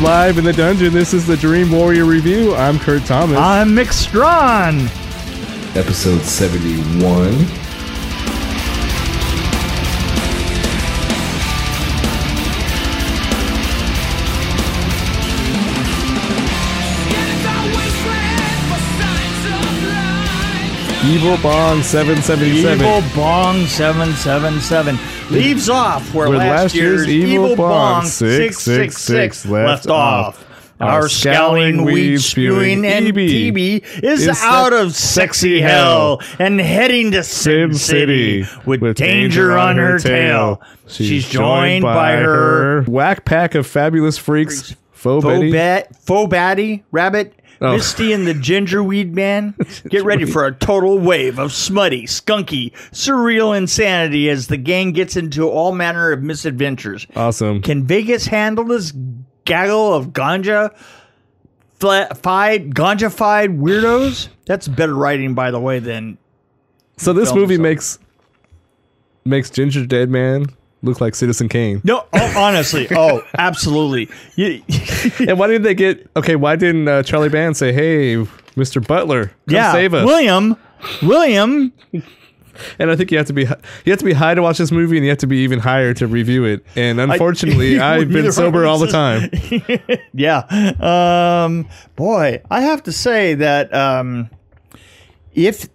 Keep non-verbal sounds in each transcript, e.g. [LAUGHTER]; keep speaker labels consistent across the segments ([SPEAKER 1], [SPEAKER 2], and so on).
[SPEAKER 1] live in the dungeon. This is the Dream Warrior review. I'm Kurt Thomas.
[SPEAKER 2] I'm Mick Strawn.
[SPEAKER 3] episode 71.
[SPEAKER 1] Evil Bong 777.
[SPEAKER 2] Evil Bong 777 leaves off where, last, year's, Evil, Bong 666 left off. Our scowling, weed spewing and TB is
[SPEAKER 1] is
[SPEAKER 2] out
[SPEAKER 1] that
[SPEAKER 2] of sexy hell and heading to Sin
[SPEAKER 1] Sin
[SPEAKER 2] City
[SPEAKER 1] City
[SPEAKER 2] with danger on her tail. She's joined by her
[SPEAKER 1] whack pack of fabulous freaks. Faux Betty.
[SPEAKER 2] Fobat, Fobatty Rabbit,
[SPEAKER 1] Oh.
[SPEAKER 2] Misty and the
[SPEAKER 1] [LAUGHS]
[SPEAKER 2] Gingerweed Man. Get ready for a total wave of smutty, skunky, surreal insanity as the gang gets into all manner of misadventures.
[SPEAKER 1] Awesome.
[SPEAKER 2] Can Vegas handle this gaggle of ganja fied ganja fied weirdos? That's better writing, by the way, than
[SPEAKER 1] So this
[SPEAKER 2] film
[SPEAKER 1] movie
[SPEAKER 2] something.
[SPEAKER 1] makes makes Ginger Dead Man look like Citizen Kane.
[SPEAKER 2] no. Oh, honestly,
[SPEAKER 1] [LAUGHS]
[SPEAKER 2] oh, absolutely. [LAUGHS] You-
[SPEAKER 1] and why didn't they get? Okay, why didn't uh, Charlie Band say, "Hey, Mr. Butler, come
[SPEAKER 2] yeah,
[SPEAKER 1] save us"?
[SPEAKER 2] William, William,
[SPEAKER 1] And I think you have to be you have to be high to watch this movie, and you have to be even higher to review it. And
[SPEAKER 2] [LAUGHS]
[SPEAKER 1] unfortunately, I, have
[SPEAKER 2] Either
[SPEAKER 1] been sober all the
[SPEAKER 2] one [LAUGHS]
[SPEAKER 1] time.
[SPEAKER 2] of us is- yeah. Um, boy, I have to say that um, if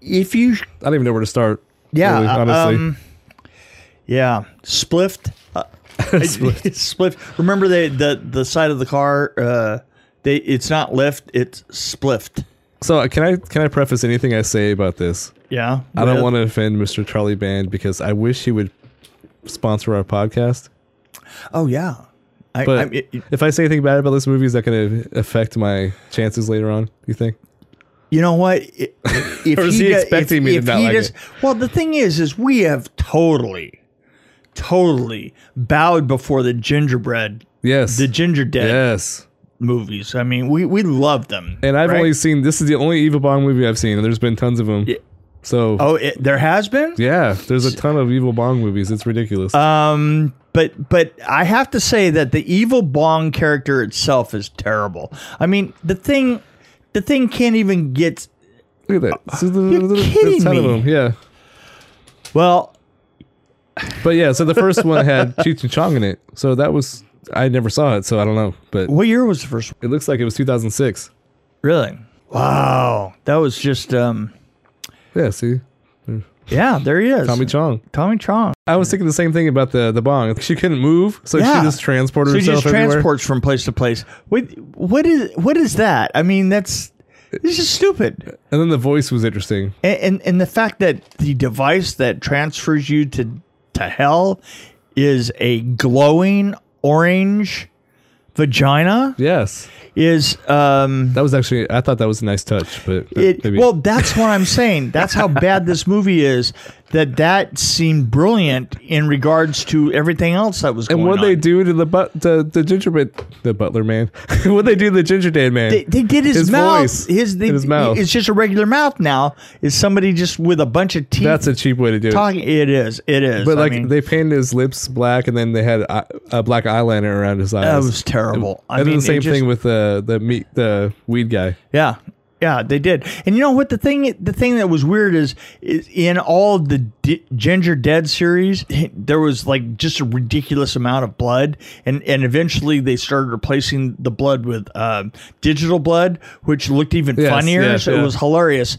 [SPEAKER 2] if you
[SPEAKER 1] I don't even know where to start.
[SPEAKER 2] yeah
[SPEAKER 1] really, honestly,
[SPEAKER 2] um, yeah spliffed uh, [LAUGHS] spliffed. Remember the the the side of the car. Uh, they it's not lift. It's spliffed.
[SPEAKER 1] so uh, can I can I preface anything I say about this?
[SPEAKER 2] Yeah.
[SPEAKER 1] I don't want to offend Mr. Charlie Band because I wish he would sponsor our podcast.
[SPEAKER 2] Oh yeah. I,
[SPEAKER 1] But
[SPEAKER 2] I, it, it-
[SPEAKER 1] if I say anything bad about this movie, is that going to affect my chances later on? You think?
[SPEAKER 2] You know what? I-
[SPEAKER 1] [LAUGHS]
[SPEAKER 2] If
[SPEAKER 1] Or is he
[SPEAKER 2] do-
[SPEAKER 1] expecting me to not like it?
[SPEAKER 2] Well, the thing is, is we have totally, totally bowed before the gingerbread,
[SPEAKER 1] Yes.
[SPEAKER 2] the ginger dead
[SPEAKER 1] yes.
[SPEAKER 2] movies. I mean, we we love them.
[SPEAKER 1] And I've
[SPEAKER 2] right?
[SPEAKER 1] only seen this is the only Evil Bong movie I've seen, and there's been tons of them.
[SPEAKER 2] Yeah.
[SPEAKER 1] So
[SPEAKER 2] oh, it, there has been.
[SPEAKER 1] yeah, there's a ton of Evil Bong movies. It's ridiculous.
[SPEAKER 2] Um, but but I have to say that the evil Bong character itself is terrible. I mean, the thing, the thing can't even get
[SPEAKER 1] Look at that. So there-
[SPEAKER 2] you're
[SPEAKER 1] there's a
[SPEAKER 2] kidding
[SPEAKER 1] ton of
[SPEAKER 2] me.
[SPEAKER 1] them, Yeah.
[SPEAKER 2] well.
[SPEAKER 1] But yeah, so the first one had [LAUGHS] Cheech and Chong in it. So that was I never saw it, so I don't know. But
[SPEAKER 2] What year was the first?
[SPEAKER 1] it
[SPEAKER 2] one?
[SPEAKER 1] looks like it was 2006.
[SPEAKER 2] Really? Wow, that was just um.
[SPEAKER 1] Yeah. See,
[SPEAKER 2] Yeah, there he is.
[SPEAKER 1] Tommy Chong.
[SPEAKER 2] Tommy Chong.
[SPEAKER 1] I was thinking the same thing about the the bong. She couldn't move, so
[SPEAKER 2] Yeah.
[SPEAKER 1] she just transported
[SPEAKER 2] So he
[SPEAKER 1] herself
[SPEAKER 2] just
[SPEAKER 1] everywhere.
[SPEAKER 2] transports from place to place. Wait, what is what is that? I mean, that's this is stupid.
[SPEAKER 1] and then the voice was interesting.
[SPEAKER 2] And, and and the fact that the device that transfers you to to hell is a glowing orange vagina
[SPEAKER 1] Yes,
[SPEAKER 2] is um
[SPEAKER 1] that was actually. I thought that was a nice touch, but but
[SPEAKER 2] it,
[SPEAKER 1] maybe-
[SPEAKER 2] well that's what i'm saying that's how bad this movie is that that seemed brilliant in regards to everything else that was going
[SPEAKER 1] And what
[SPEAKER 2] on
[SPEAKER 1] they do to the but the, the gingerbread the butler man? [LAUGHS] what they do to the gingerbread man?
[SPEAKER 2] They, they did his,
[SPEAKER 1] His
[SPEAKER 2] mouth.
[SPEAKER 1] voice
[SPEAKER 2] his, they,
[SPEAKER 1] and his mouth.
[SPEAKER 2] It's just a regular mouth now. Is somebody just with a bunch of teeth
[SPEAKER 1] That's a cheap way to do it.
[SPEAKER 2] talking? It is. It is.
[SPEAKER 1] But
[SPEAKER 2] I
[SPEAKER 1] like
[SPEAKER 2] mean,
[SPEAKER 1] they painted his lips black, and then they had a, a black eyeliner around his eyes.
[SPEAKER 2] that was terrible. I
[SPEAKER 1] and
[SPEAKER 2] mean,
[SPEAKER 1] then
[SPEAKER 2] it
[SPEAKER 1] the same
[SPEAKER 2] just-
[SPEAKER 1] thing with the the meat the weed guy.
[SPEAKER 2] Yeah, yeah, they did. And you know what? The thing, the thing that was weird is, is in all the D- Ginger Dead series, there was like just a ridiculous amount of blood, and and eventually they started replacing the blood with uh, digital blood, which looked even
[SPEAKER 1] Yes,
[SPEAKER 2] funnier.
[SPEAKER 1] yeah,
[SPEAKER 2] so it
[SPEAKER 1] yeah.
[SPEAKER 2] was hilarious.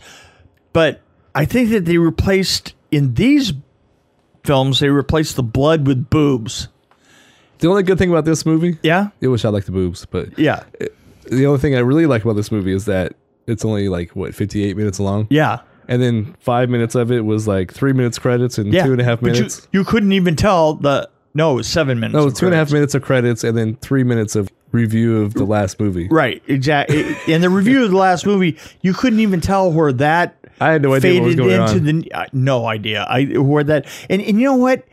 [SPEAKER 2] But I think that they replaced in these films they replaced the blood with boobs.
[SPEAKER 1] The only good thing about this movie,
[SPEAKER 2] Yeah,
[SPEAKER 1] it was shot like the boobs, but
[SPEAKER 2] yeah,
[SPEAKER 1] the only thing I really like about this movie is that it's only like what 58 minutes long,
[SPEAKER 2] yeah.
[SPEAKER 1] and then five minutes of it was like three minutes credits and
[SPEAKER 2] Yeah,
[SPEAKER 1] two and a half
[SPEAKER 2] but you-
[SPEAKER 1] minutes.
[SPEAKER 2] You, couldn't even tell the no, it was seven minutes.
[SPEAKER 1] No,
[SPEAKER 2] of
[SPEAKER 1] two and a half
[SPEAKER 2] credits.
[SPEAKER 1] minutes of credits, and then three minutes of review of the last movie.
[SPEAKER 2] Right, exactly. In the review of the last movie, you couldn't even tell where that
[SPEAKER 1] I had no idea what was
[SPEAKER 2] faded
[SPEAKER 1] going
[SPEAKER 2] into uh,
[SPEAKER 1] on.
[SPEAKER 2] the. I- no idea. I where that and and you know what.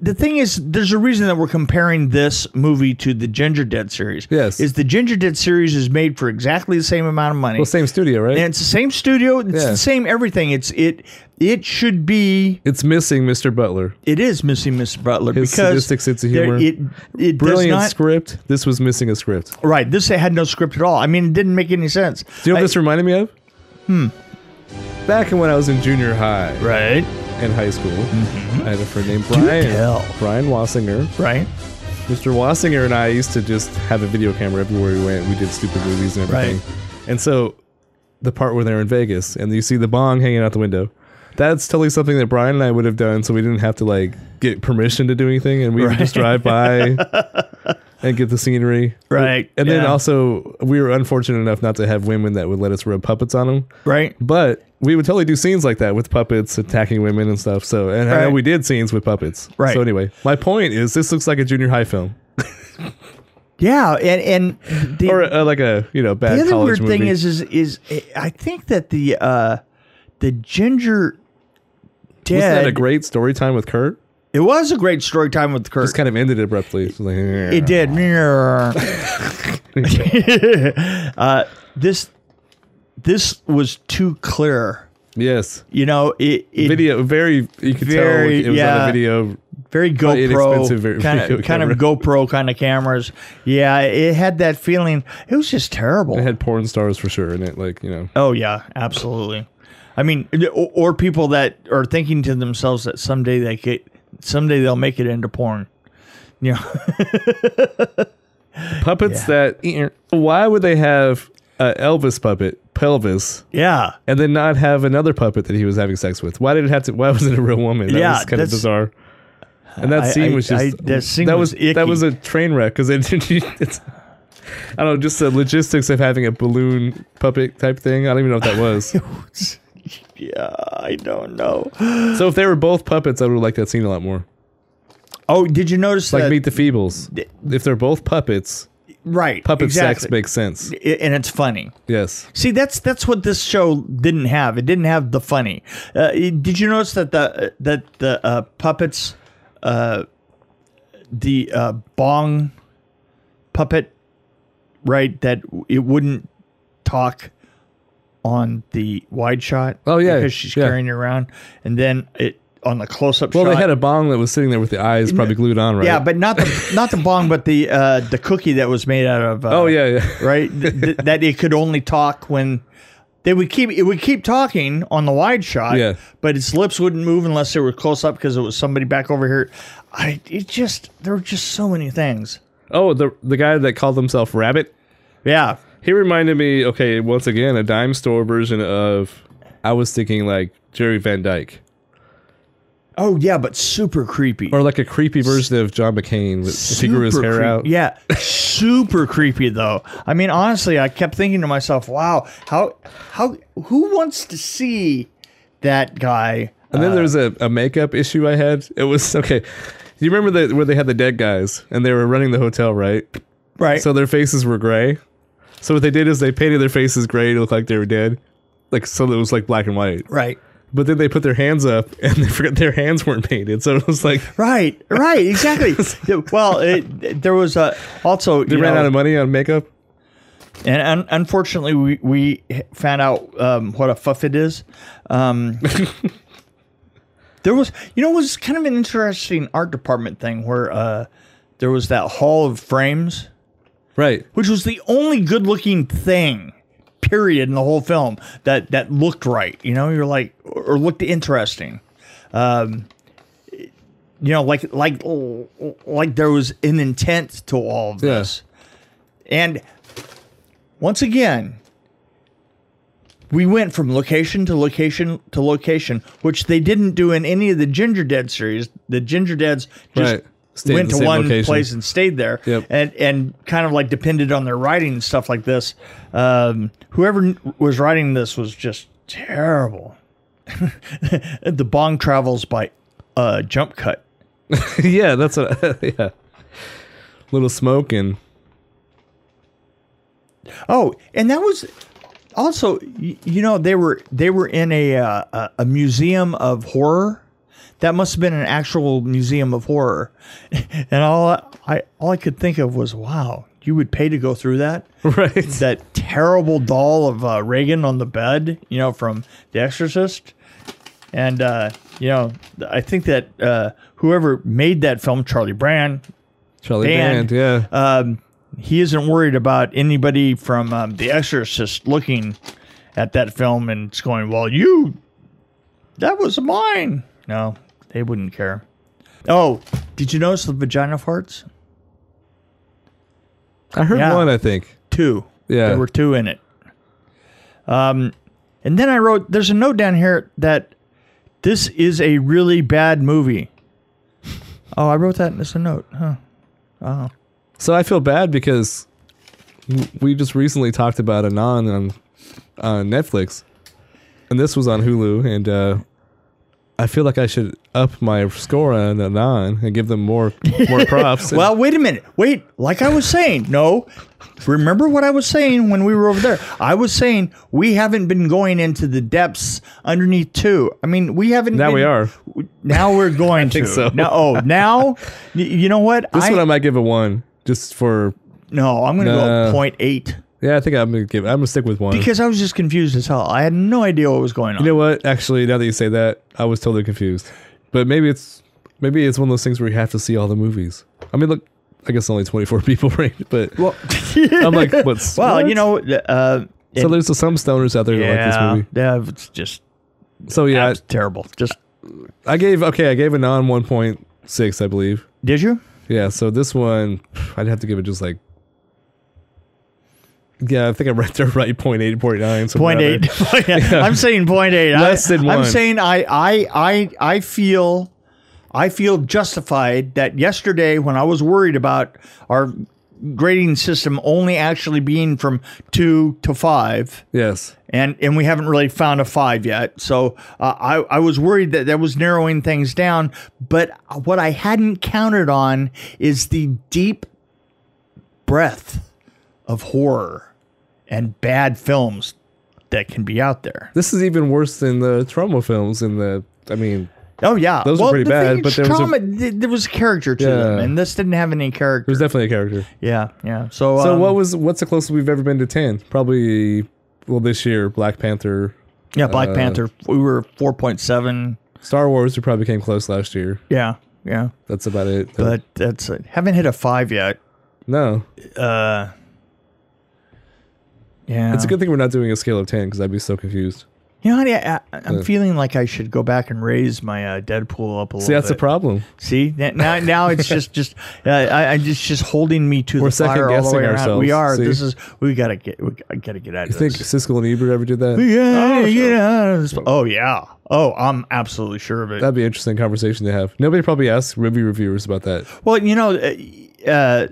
[SPEAKER 2] the thing is, there's a reason that we're comparing this movie to the Ginger Dead series.
[SPEAKER 1] Yes.
[SPEAKER 2] is the Ginger Dead series is made for exactly the same amount of money.
[SPEAKER 1] Well, same studio, right?
[SPEAKER 2] and it's the same studio. It's
[SPEAKER 1] Yeah.
[SPEAKER 2] the same everything. It's it. It should be.
[SPEAKER 1] it's missing Mr. Butler.
[SPEAKER 2] It is missing Miss Butler
[SPEAKER 1] His
[SPEAKER 2] because
[SPEAKER 1] sadistic sense of
[SPEAKER 2] there-
[SPEAKER 1] humor.
[SPEAKER 2] It it does
[SPEAKER 1] Brilliant
[SPEAKER 2] not
[SPEAKER 1] script. This was missing a script.
[SPEAKER 2] right. This had no script at all. I mean, it didn't make any sense.
[SPEAKER 1] Do you know what
[SPEAKER 2] I-
[SPEAKER 1] this reminded me of? Hmm. Back when I was in junior high
[SPEAKER 2] right?
[SPEAKER 1] and high school, I had a friend named Brian.
[SPEAKER 2] Mm-hmm. tell.
[SPEAKER 1] Brian Wassinger.
[SPEAKER 2] Right?
[SPEAKER 1] Mr. Wassinger and I used to just have a video camera everywhere we went. We did stupid movies and everything. And so the part where they're in Vegas and you see the bong hanging out the window. That's totally something that Brian and I would have done, so we didn't have to like get permission to do anything, and we would just drive by
[SPEAKER 2] [LAUGHS]
[SPEAKER 1] and get the scenery.
[SPEAKER 2] Right,
[SPEAKER 1] And then
[SPEAKER 2] yeah.
[SPEAKER 1] also, we were unfortunate enough not to have women that would let us rub puppets on them.
[SPEAKER 2] Right?
[SPEAKER 1] But we would totally do scenes like that with puppets attacking women and stuff. So, and I know
[SPEAKER 2] Right.
[SPEAKER 1] we did scenes with puppets.
[SPEAKER 2] Right.
[SPEAKER 1] So anyway, my point is, this looks like a junior high film,
[SPEAKER 2] Yeah, and and the,
[SPEAKER 1] or uh, like a you know bad
[SPEAKER 2] the other
[SPEAKER 1] college
[SPEAKER 2] weird
[SPEAKER 1] movie.
[SPEAKER 2] thing is is is I think that the uh the ginger dead
[SPEAKER 1] wasn't that a great story time with Kurt?
[SPEAKER 2] it was a great story time with Kurt.
[SPEAKER 1] Just kind of ended abruptly. It's like,
[SPEAKER 2] it
[SPEAKER 1] [LAUGHS]
[SPEAKER 2] did. [LAUGHS] uh, this this was too clear.
[SPEAKER 1] Yes,
[SPEAKER 2] You know, it, it
[SPEAKER 1] video very. You could tell
[SPEAKER 2] Very-
[SPEAKER 1] it was on
[SPEAKER 2] yeah.
[SPEAKER 1] a video.
[SPEAKER 2] very
[SPEAKER 1] inexpensive
[SPEAKER 2] GoPro
[SPEAKER 1] video
[SPEAKER 2] kind of kind
[SPEAKER 1] camera.
[SPEAKER 2] of GoPro kind of cameras. Yeah, it had that feeling. It was just terrible.
[SPEAKER 1] It had porn stars for sure in it. Like you know,
[SPEAKER 2] Oh yeah, absolutely. I mean, or, or people that are thinking to themselves that someday they could, someday they'll make it into porn. You know, [LAUGHS]
[SPEAKER 1] puppets that. eh, Why would they have a Elvis puppet pelvis?
[SPEAKER 2] yeah,
[SPEAKER 1] and then not have another puppet that he was having sex with. Why did it have to? Why was it a real woman? That
[SPEAKER 2] Yeah,
[SPEAKER 1] was kind of
[SPEAKER 2] that's-
[SPEAKER 1] bizarre. And that
[SPEAKER 2] I-
[SPEAKER 1] scene
[SPEAKER 2] I-
[SPEAKER 1] was just
[SPEAKER 2] I- that scene was
[SPEAKER 1] was that
[SPEAKER 2] icky.
[SPEAKER 1] was a train wreck because it [LAUGHS] it's I don't know just the logistics of having a balloon puppet type thing. I don't even know what that
[SPEAKER 2] [LAUGHS]
[SPEAKER 1] was.
[SPEAKER 2] yeah. I don't know.
[SPEAKER 1] so if they were both puppets, I would like that scene a lot more.
[SPEAKER 2] Oh, did you notice
[SPEAKER 1] Like
[SPEAKER 2] that?
[SPEAKER 1] Meet the Feebles. If they're both puppets,
[SPEAKER 2] right,
[SPEAKER 1] puppet
[SPEAKER 2] exactly.
[SPEAKER 1] sex makes sense.
[SPEAKER 2] I- and it's funny.
[SPEAKER 1] Yes.
[SPEAKER 2] See, that's that's what this show didn't have. It didn't have the funny. Uh, it- did you notice that the that the uh, puppets, uh, the uh, bong puppet, right? That it wouldn't talk on the wide shot.
[SPEAKER 1] Oh, yeah,
[SPEAKER 2] because she's
[SPEAKER 1] yeah.
[SPEAKER 2] carrying it around, and then it on the close up.
[SPEAKER 1] Well,
[SPEAKER 2] shot,
[SPEAKER 1] they had a bong that was sitting there with the eyes probably glued on, right?
[SPEAKER 2] yeah, but not the not the bong, but the uh, the cookie that was made out of. Uh,
[SPEAKER 1] oh yeah, yeah. [LAUGHS]
[SPEAKER 2] right? Th- th- that it could only talk when they would keep it would keep talking on the wide shot,
[SPEAKER 1] Yeah.
[SPEAKER 2] but its lips wouldn't move unless they were close up because it was somebody back over here. I it just there were just so many things.
[SPEAKER 1] Oh, the the guy that called himself Rabbit.
[SPEAKER 2] Yeah,
[SPEAKER 1] He reminded me, okay, once again, a dime store version of. I was thinking like Jerry Van Dyke,
[SPEAKER 2] oh yeah, but super creepy.
[SPEAKER 1] or like a creepy version of John McCain with if he grew his hair
[SPEAKER 2] creep-
[SPEAKER 1] out.
[SPEAKER 2] Yeah, super creepy though. I mean, honestly, I kept thinking to myself, "Wow, how how who wants to see that guy?"
[SPEAKER 1] And then there was a, a makeup issue I had. It was [LAUGHS] okay. You remember the, where they had the dead guys and they were running the hotel, right?
[SPEAKER 2] Right.
[SPEAKER 1] So their faces were gray. So what they did is they painted their faces gray to look like they were dead, like so it was like black and white.
[SPEAKER 2] right.
[SPEAKER 1] But then they put their hands up [LAUGHS] and they forgot their hands weren't painted, so it was like
[SPEAKER 2] Right, right,
[SPEAKER 1] [LAUGHS]
[SPEAKER 2] exactly. Yeah, well, it, there was a, also
[SPEAKER 1] they
[SPEAKER 2] you
[SPEAKER 1] ran
[SPEAKER 2] know,
[SPEAKER 1] out of money on makeup.
[SPEAKER 2] and un- unfortunately we we found out um, what a fuff it is.
[SPEAKER 1] [LAUGHS]
[SPEAKER 2] Um, there was you know it was kind of an interesting art department thing where uh, there was that hall of frames,
[SPEAKER 1] Right.
[SPEAKER 2] which was the only good looking thing. Period in the whole film that that looked right, you know, you're like or looked interesting, um, you know, like like like there was an intent to all of
[SPEAKER 1] Yeah.
[SPEAKER 2] this. And once again, we went from location to location to location, which they didn't do in any of the Ginger Dead series. The Ginger Deads just
[SPEAKER 1] Right. Stayed at
[SPEAKER 2] went
[SPEAKER 1] the
[SPEAKER 2] to
[SPEAKER 1] same
[SPEAKER 2] one
[SPEAKER 1] location.
[SPEAKER 2] place and stayed there,
[SPEAKER 1] Yep.
[SPEAKER 2] and and kind of like depended on their writing and stuff like this. Um, whoever kn- was writing this was just terrible. [LAUGHS] the bong travels by uh, jump cut.
[SPEAKER 1] [LAUGHS] yeah, that's what. yeah, little smoke and [LAUGHS]
[SPEAKER 2] Oh, and that was also y- you know they were they were in a uh, a- a museum of horror. That must have been an actual museum of horror. [LAUGHS] And all I all I could think of was, wow, you would pay to go through that.
[SPEAKER 1] Right.
[SPEAKER 2] That terrible doll of uh, Reagan on the bed, you know, from The Exorcist. And uh, you know, I think that uh, whoever made that film, Charlie Brand,
[SPEAKER 1] Charlie
[SPEAKER 2] Band.
[SPEAKER 1] Band, yeah.
[SPEAKER 2] um, he isn't worried about anybody from um, The Exorcist looking at that film and it's going, "Well, you, that was mine." No, they wouldn't care. Oh, did you notice the vagina farts?
[SPEAKER 1] I heard
[SPEAKER 2] yeah.
[SPEAKER 1] one, I think.
[SPEAKER 2] Two.
[SPEAKER 1] Yeah.
[SPEAKER 2] there were two in it. Um, and then I wrote, "There's a note down here that this is a really bad movie." Oh, I wrote that as a note, huh?
[SPEAKER 1] So I feel bad because w- we just recently talked about Anon on on Netflix, and this was on Hulu, and uh, I feel like I should up my score on Anon and give them more
[SPEAKER 2] [LAUGHS]
[SPEAKER 1] more props. and-
[SPEAKER 2] Well, wait a minute. Wait, like I was saying, no. Remember what I was saying when we were over there? I was saying we haven't been going into the depths underneath two. I mean, we haven't.
[SPEAKER 1] now
[SPEAKER 2] been-
[SPEAKER 1] we are.
[SPEAKER 2] Now we're
[SPEAKER 1] [LAUGHS]
[SPEAKER 2] going
[SPEAKER 1] think
[SPEAKER 2] to.
[SPEAKER 1] so.
[SPEAKER 2] No, oh, now y- you know what?
[SPEAKER 1] This
[SPEAKER 2] I,
[SPEAKER 1] one I might give a one just for.
[SPEAKER 2] no, I'm going to
[SPEAKER 1] No.
[SPEAKER 2] go point eight
[SPEAKER 1] Yeah, I think I'm gonna give. I'm gonna stick with one.
[SPEAKER 2] because I was just confused as hell. I had no idea what was going on.
[SPEAKER 1] you know what? Actually, now that you say that, I was totally confused. But maybe it's maybe it's one of those things where you have to see all the movies. I mean, look, I guess only 24 [LAUGHS] people rated, but
[SPEAKER 2] [LAUGHS] well,
[SPEAKER 1] I'm like, what's
[SPEAKER 2] well,
[SPEAKER 1] what?
[SPEAKER 2] you know. Uh,
[SPEAKER 1] So
[SPEAKER 2] it-
[SPEAKER 1] there's some stoners out there that
[SPEAKER 2] yeah,
[SPEAKER 1] like this
[SPEAKER 2] yeah, it's just
[SPEAKER 1] movie. So yeah,
[SPEAKER 2] it's terrible. Just
[SPEAKER 1] I, I gave okay, I gave a non 1.6, I believe.
[SPEAKER 2] did you?
[SPEAKER 1] Yeah, so this one I'd have to give it just like yeah, I think I'm right there, [LAUGHS] right? 0.8, 0.9, somewhere
[SPEAKER 2] Point
[SPEAKER 1] out there.
[SPEAKER 2] eight. [LAUGHS] Yeah, I'm saying point eight.
[SPEAKER 1] Less
[SPEAKER 2] I,
[SPEAKER 1] than
[SPEAKER 2] I'm
[SPEAKER 1] one.
[SPEAKER 2] saying I, I I I feel I feel justified that yesterday when I was worried about our grading system only actually being from two to five
[SPEAKER 1] Yes,
[SPEAKER 2] and and we haven't really found a five yet so uh, I, I was worried that that was narrowing things down but what i hadn't counted on is the deep breadth of horror and bad films that can be out there
[SPEAKER 1] this is even worse than the trauma films. And the I mean,
[SPEAKER 2] oh yeah
[SPEAKER 1] Those are
[SPEAKER 2] well,
[SPEAKER 1] pretty
[SPEAKER 2] the thing
[SPEAKER 1] bad,
[SPEAKER 2] is
[SPEAKER 1] but there was a-
[SPEAKER 2] trauma, th- there was a character to
[SPEAKER 1] Yeah.
[SPEAKER 2] them and this didn't have any character
[SPEAKER 1] there's definitely a character.
[SPEAKER 2] yeah yeah so
[SPEAKER 1] So
[SPEAKER 2] um,
[SPEAKER 1] what was what's the closest we've ever been to 10? Probably well this year Black Panther,
[SPEAKER 2] yeah black
[SPEAKER 1] uh,
[SPEAKER 2] panther we were 4.7
[SPEAKER 1] Star Wars. We probably came close last year.
[SPEAKER 2] yeah yeah
[SPEAKER 1] That's about it.
[SPEAKER 2] but that's it. haven't hit a five yet
[SPEAKER 1] no,
[SPEAKER 2] uh yeah
[SPEAKER 1] It's a good thing we're not doing a scale of 10 because I'd be so confused.
[SPEAKER 2] you know honey, I, I, i'm feeling like i should go back and raise my uh, deadpool up a little
[SPEAKER 1] See, that's
[SPEAKER 2] bit.
[SPEAKER 1] the problem.
[SPEAKER 2] see N- now
[SPEAKER 1] [LAUGHS]
[SPEAKER 2] now it's just just uh, I, I it's just holding me to
[SPEAKER 1] We're
[SPEAKER 2] the fire all the
[SPEAKER 1] second-guessing
[SPEAKER 2] way around
[SPEAKER 1] ourselves,
[SPEAKER 2] we are
[SPEAKER 1] see?
[SPEAKER 2] this is we gotta get we gotta get out
[SPEAKER 1] You
[SPEAKER 2] of this
[SPEAKER 1] think Siskel and Ebert ever did that?
[SPEAKER 2] yeah, oh, oh yeah oh i'm absolutely sure of it
[SPEAKER 1] That'd be an interesting conversation to have. Nobody probably asks movie reviewers about that.
[SPEAKER 2] Well, you know, uh, uh,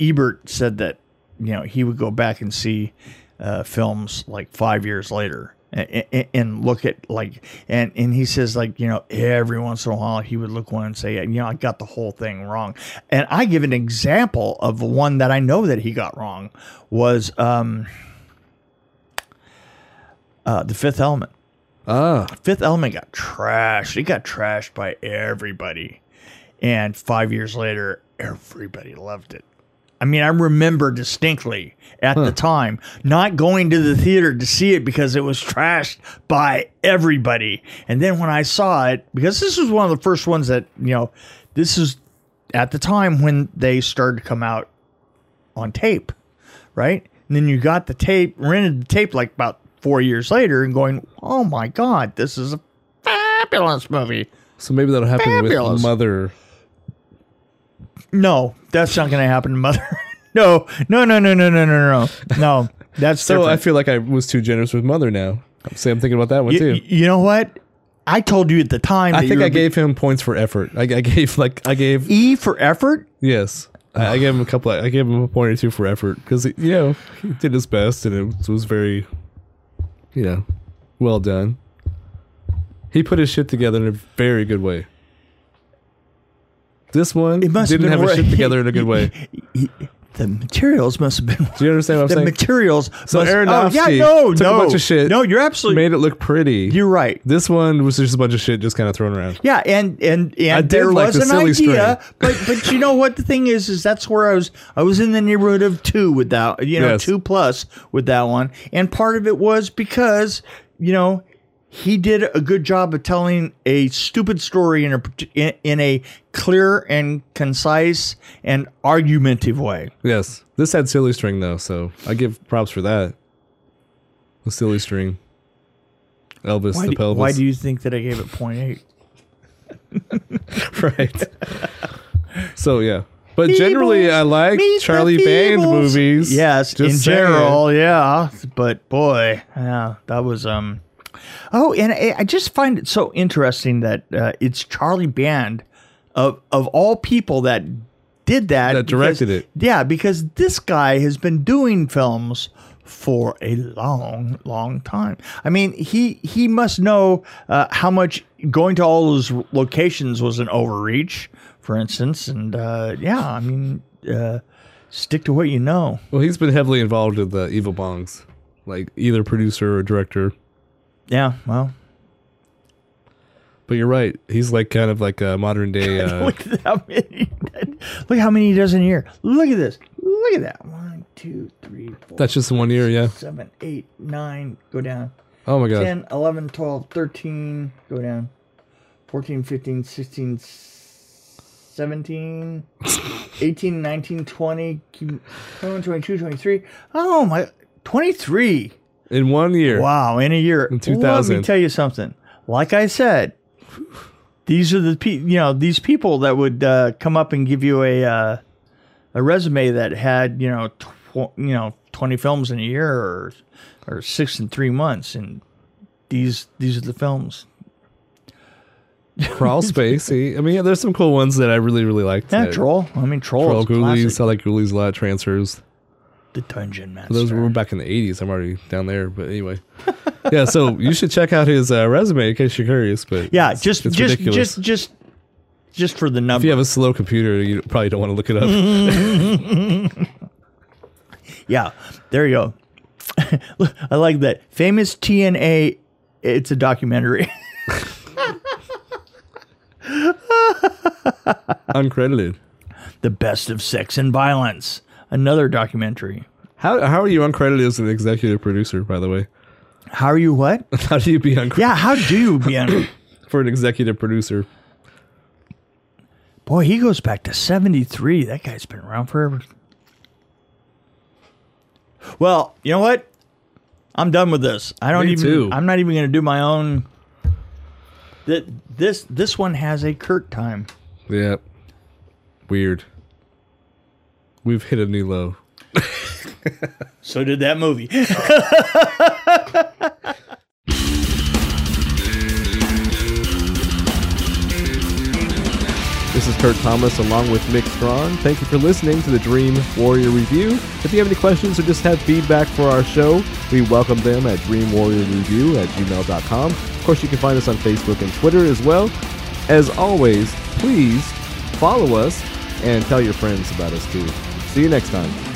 [SPEAKER 2] Ebert said that you know he would go back and see uh, films like five years later and, and look at like and and he says like you know every once in a while he would look one and say you know I got the whole thing wrong and I give an example of one that I know that he got wrong was um uh the Fifth Element
[SPEAKER 1] Ah,
[SPEAKER 2] Fifth Element got trashed. It got trashed by everybody. And five years later, everybody loved it. I mean, I remember distinctly at the time not going to the theater to see it because it was trashed by everybody. And then when I saw it, because this was one of the first ones that, you know, this is at the time when they started to come out on tape, right? And then you got the tape, rented the tape like about four years later, and going, oh my god, this is a fabulous movie.
[SPEAKER 1] so maybe that'll happen
[SPEAKER 2] Fabulous.
[SPEAKER 1] with Mother.
[SPEAKER 2] No, that's not going to happen, mother. [LAUGHS] no, no, no, no, no, no, no, no, no. That's
[SPEAKER 1] So I
[SPEAKER 2] different.
[SPEAKER 1] feel like I was too generous with Mother now. See, I'm thinking about that one
[SPEAKER 2] You-
[SPEAKER 1] too.
[SPEAKER 2] you, know what? I told you at the time. that
[SPEAKER 1] I
[SPEAKER 2] you
[SPEAKER 1] think
[SPEAKER 2] were
[SPEAKER 1] I gave him points for effort. I, I gave like I gave
[SPEAKER 2] E for effort.
[SPEAKER 1] yes. I, I gave him a couple. I gave him a point or two for effort because you know he did his best and it was, was very, you know, well done. He put his shit together in a very good way. This one
[SPEAKER 2] It must
[SPEAKER 1] didn't
[SPEAKER 2] have
[SPEAKER 1] have his
[SPEAKER 2] been wor- [LAUGHS]
[SPEAKER 1] shit together in a good way.
[SPEAKER 2] The materials must have been.
[SPEAKER 1] Do you understand what I'm
[SPEAKER 2] the
[SPEAKER 1] saying?
[SPEAKER 2] materials.
[SPEAKER 1] so
[SPEAKER 2] must,
[SPEAKER 1] Aronofsky
[SPEAKER 2] oh, yeah, no,
[SPEAKER 1] took
[SPEAKER 2] no,
[SPEAKER 1] a bunch of shit.
[SPEAKER 2] No, you're absolutely.
[SPEAKER 1] made it look pretty.
[SPEAKER 2] you're right.
[SPEAKER 1] this one was just a bunch of shit just kind of thrown around.
[SPEAKER 2] Yeah, and and
[SPEAKER 1] did
[SPEAKER 2] and there
[SPEAKER 1] like
[SPEAKER 2] was
[SPEAKER 1] the
[SPEAKER 2] an
[SPEAKER 1] silly
[SPEAKER 2] idea, but
[SPEAKER 1] [LAUGHS]
[SPEAKER 2] but you know what the thing is is that's where I was I was in the neighborhood of two with that you know
[SPEAKER 1] Yes.
[SPEAKER 2] two plus with that one, and part of it was because you know he did a good job of telling a stupid story in a parti- in, in a clear and concise and argumentative way.
[SPEAKER 1] Yes, this had silly string though, so I give props for that. The silly string. Elvis
[SPEAKER 2] Why
[SPEAKER 1] the
[SPEAKER 2] do,
[SPEAKER 1] pelvis.
[SPEAKER 2] why do you think that I gave it point eight?
[SPEAKER 1] [LAUGHS] right? so yeah, but generally I like
[SPEAKER 2] Meet the
[SPEAKER 1] Charlie Band
[SPEAKER 2] Feebles.
[SPEAKER 1] movies.
[SPEAKER 2] Yes,
[SPEAKER 1] Just
[SPEAKER 2] in
[SPEAKER 1] saying.
[SPEAKER 2] general, yeah. But boy, yeah, that was um. Oh, and I, I just find it so interesting that uh, it's Charlie Band, of of all people that did that
[SPEAKER 1] That
[SPEAKER 2] because-
[SPEAKER 1] directed it.
[SPEAKER 2] Yeah, because this guy has been doing films for a long, long time. I mean, he he must know uh, how much going to all those locations was an overreach, for instance. And uh, yeah, I mean, uh, stick to what you know.
[SPEAKER 1] Well, he's been heavily involved with the Evil Bongs, like either producer or director.
[SPEAKER 2] Yeah, well, [LAUGHS]
[SPEAKER 1] But you're right. He's like kind of like a modern day.
[SPEAKER 2] [LAUGHS]
[SPEAKER 1] Uh,
[SPEAKER 2] look at how many. Look how many he does in a year. Look at this. Look at that. One, two, three, four,
[SPEAKER 1] that's just in one year, yeah.
[SPEAKER 2] seven, eight, nine. Go down.
[SPEAKER 1] Oh my god.
[SPEAKER 2] 10, 11, 12, 13, go down. 14, 15, 16, 17, 18, 19, 20, keep- 21, 22, 23. Oh my, 23.
[SPEAKER 1] In one year.
[SPEAKER 2] Wow, in a year. In
[SPEAKER 1] 2000.
[SPEAKER 2] Let me tell you something. Like I said, these are the pe- you know these people that would uh, come up and give you a uh, a resume that had you know tw- you know twenty films in a year or or six in three months, and these these are the films.
[SPEAKER 1] Crawl
[SPEAKER 2] [LAUGHS]
[SPEAKER 1] Space. See, I mean, yeah, there's some cool ones that I really, really liked.
[SPEAKER 2] Yeah,
[SPEAKER 1] that-
[SPEAKER 2] troll. I mean, troll.
[SPEAKER 1] Troll
[SPEAKER 2] is classic.
[SPEAKER 1] Ghoulies. I like Ghoulies a lot. Transfers.
[SPEAKER 2] The Dungeon Master.
[SPEAKER 1] Those were back in the 80s. I'm already down there, but anyway. [LAUGHS] yeah, so you should check out his uh, resume in case you're curious. But
[SPEAKER 2] yeah,
[SPEAKER 1] it's-
[SPEAKER 2] just
[SPEAKER 1] it's
[SPEAKER 2] just
[SPEAKER 1] ridiculous.
[SPEAKER 2] just just just for the
[SPEAKER 1] If
[SPEAKER 2] number.
[SPEAKER 1] you have a slow computer, you probably don't want to look it
[SPEAKER 2] [LAUGHS]
[SPEAKER 1] up.
[SPEAKER 2] Yeah, there you go. [LAUGHS] Look, I like that. Famous TNA, it's a documentary. [LAUGHS]
[SPEAKER 1] Uncredited.
[SPEAKER 2] the Best of Sex and Violence, another documentary.
[SPEAKER 1] How, how are you uncredited as an executive producer, by the way? [LAUGHS]
[SPEAKER 2] How are you what?
[SPEAKER 1] How do you be uncredited
[SPEAKER 2] [LAUGHS] Yeah, how do you be on?
[SPEAKER 1] for an executive producer?
[SPEAKER 2] [COUGHS] Boy, he goes back to 73. That guy's been around forever. Well, you know what? I'm done with this. I don't
[SPEAKER 1] Me
[SPEAKER 2] even
[SPEAKER 1] too.
[SPEAKER 2] I'm not even going to do my own Th- this this one has a Kurt time.
[SPEAKER 1] Yeah. Weird. We've hit a new low.
[SPEAKER 2] So did that movie.
[SPEAKER 1] This is Kurt Thomas along with Mick Strawn. Thank you for listening to the Dream Warrior Review. If you have any questions or just have feedback for our show, we welcome them at dreamwarriorreview at gmail.com. Of course, you can find us on Facebook and Twitter as well. As always, please follow us and tell your friends about us too. See you next time.